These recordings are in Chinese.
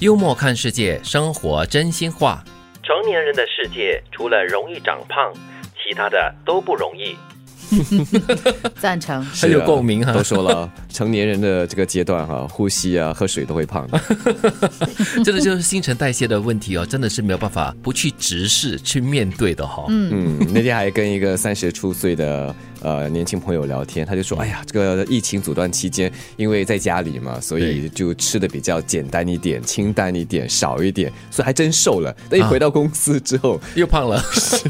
幽默看世界，生活真心话。成年人的世界，除了容易长胖，其他的都不容易。赞成。很有共鸣哈都说了，成年人的这个阶段哈、呼吸啊、喝水都会胖的。这个就是新陈代谢的问题哦，真的是没有办法不去直视、去面对的哈、嗯，嗯，那天还跟一个三十出岁的呃年轻朋友聊天，他就说，哎呀，这个疫情阻断期间，因为在家里嘛，所以就吃的比较简单一点、清淡一点、少一点，所以还真瘦了。但一回到公司之后，又胖了，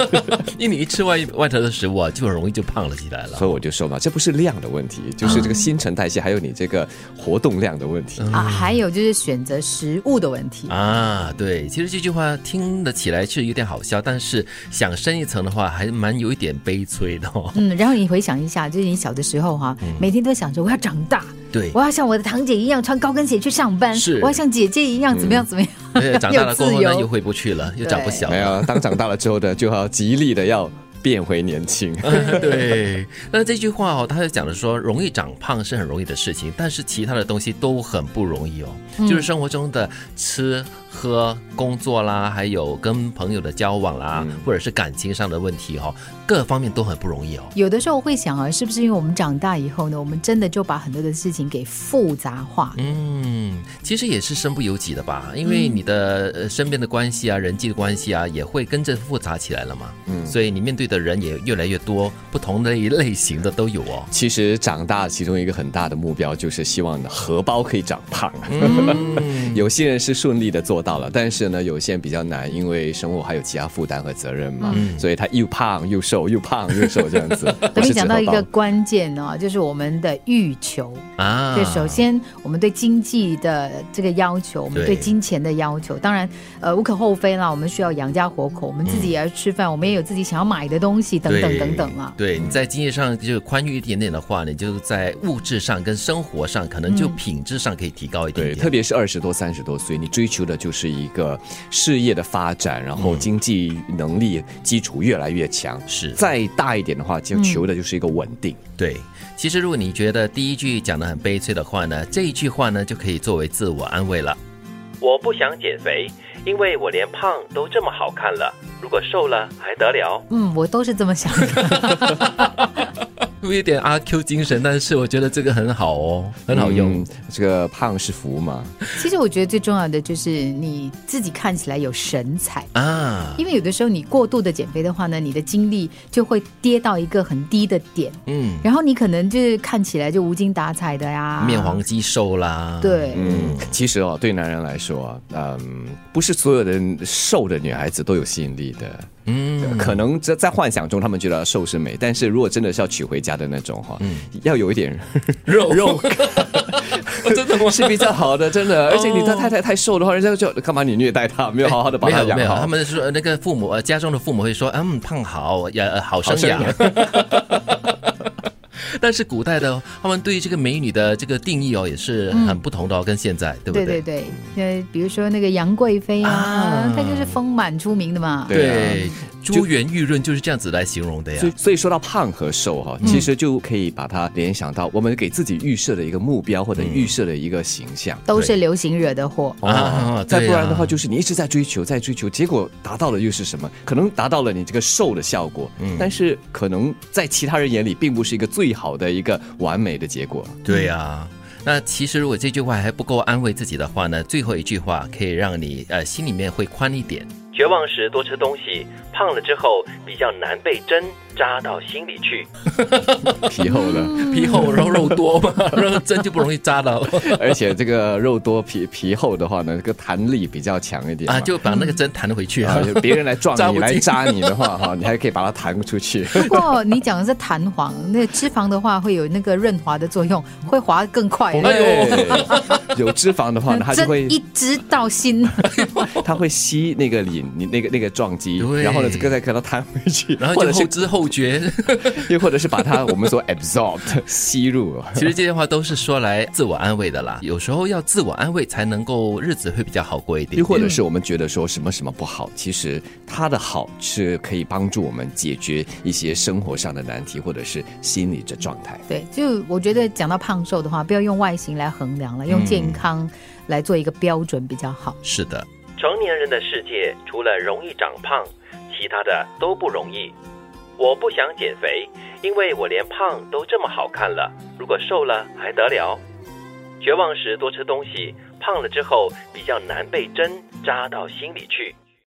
因为你一吃外外头的食物啊，就很容易就胖了起来了。所以我就说嘛，这不是量的问题，就是这个新陈代谢，还有你这个活动量的问题。啊，还有就是选择食物的问题。啊，对，其实这句话听得起来是有点好笑，但是想深一层的话，还蛮有一点悲催的哦。嗯，然后你回想一下，就是你小的时候哈、每天都想着我要长大，嗯对我要像我的堂姐一样穿高跟鞋去上班，是嗯我要像姐姐一样怎么样怎么样。对长大了过后有自呢，由又回不去了，又长不小了。没有，当长大了之后呢，就要极力的要变回年轻。 对，那这句话哦，他就讲的说，容易长胖是很容易的事情，但是其他的东西都很不容易哦，嗯就是生活中的吃喝、工作啦，还有跟朋友的交往啦，嗯或者是感情上的问题哦，各方面都很不容易哦。有的时候会想啊，是不是因为我们长大以后呢，我们真的就把很多的事情给复杂化？嗯，其实也是身不由己的吧，因为你的嗯呃身边的关系啊、人际的关系啊，也会跟着复杂起来了嘛。嗯，所以你面对的人也越来越多，不同的一类型的都有哦。其实长大其中一个很大的目标就是希望荷包可以长胖。嗯 有些人是顺利的做到了，但是呢，有些人比较难，因为生活还有其他负担和责任嘛，所以他又胖又瘦，又胖又瘦这样子。等你我是指讲到荷一包个关键呢、就是我们的欲求。啊，对，首先我们对经济的这个要求，我们对对金钱的要求，当然，呃，无可厚非啦。我们需要养家活口，我们嗯自己也要吃饭，我们也有自己想要买的东西，等等对等等啊。对，你在经济上就宽裕一点点的话，你就在物质上跟生活上，可能就嗯品质上可以提高一点对，点。特别是二十多、三十多岁，你追求的就是一个事业的发展，然后经济能力基础越来越强。是再大一点的话，就求的就是一个稳定。对，其实如果你觉得第一句讲的很悲催的话呢，这一句话呢就可以作为自我安慰了。我不想减肥，因为我连胖都这么好看了，如果瘦了还得了？嗯，我都是这么想 的。有一点阿 Q 精神，但是我觉得这个很好哦，很好用。嗯这个胖是福嘛？其实我觉得最重要的就是你自己看起来有神采。啊，因为有的时候你过度的减肥的话呢，你的精力就会跌到一个很低的点，嗯，然后你可能就是看起来就无精打采的呀，面黄肌瘦啦，，对，嗯，其实哦，对男人来说，嗯，不是所有的瘦的女孩子都有吸引力的。嗯，可能在在幻想中，他们觉得瘦是美，但是如果真的是要娶回家的那种哈，嗯要有一点肉肉感哦真的吗？ 哦是比较好的，真的。而且你的太太太瘦的话，人家就干嘛你虐待她，没有好好的把没她有没养有，好他。们说那个父母呃，家中的父母会说，嗯，胖好也、呃好生生养。 但是古代的他们对于这个美女的这个定义哦，也是很不同的哦，跟现在对不对对？对对，呃，比如说那个杨贵妃啊啊，她就是丰满出名的嘛。对啊对珠圆玉润就是这样子来形容的呀所以，。所以说到胖和瘦嗯哈，其实就可以把它联想到我们给自己预设的一个目标或嗯者预设的一个形象。都是流行惹的祸。啊啊，再不然的对啊话，就是你一直在追求，在追求，结果达到的又是什么？可能达到了你这个瘦的效果，嗯但是可能在其他人眼里，并不是一个最好的一个完美的结果。 对呀、那其实如果这句话还不够安慰自己的话呢，最后一句话可以让你呃心里面会宽一点。绝望时多吃东西，胖了之后比较难被针扎到心里去。皮厚 了，嗯皮厚然后肉多 嘛，然后针就不容易扎到而且这个肉多皮皮厚的话呢，这个弹力比较强一点嘛啊，就把那个针弹回去啊啊，。 别人来撞扎你不来进扎你的话哈，你还可以把它弹 出去。不过你讲的是弹簧，那脂肪的话会有那个润滑的作用，会滑得更快。 哎呦对， 有脂肪的话呢，它就 针会一直到心，它会吸那个磷，你那个那个撞击，对然后呢，这个再给它弹回去，然后或就者是后知后杜绝。 又或者是把它我们所 absorbed 吸入。 其实这些话都是说来自我安慰的啦，有时候要自我安慰才能够日子会比较好过一点点。又或者是我们觉得说什么什么不好，其实它的好是可以帮助我们解决一些生活上的难题，或者是心理的状态。对，就我觉得讲到胖瘦的话，不要用外形来衡量了，嗯用健康来做一个标准比较好。是的，成年人的世界除了容易长胖，其他的都不容易。我不想减肥，因为我连胖都这么好看了，如果瘦了还得了？绝望时多吃东西，胖了之后比较难被针扎到心里去。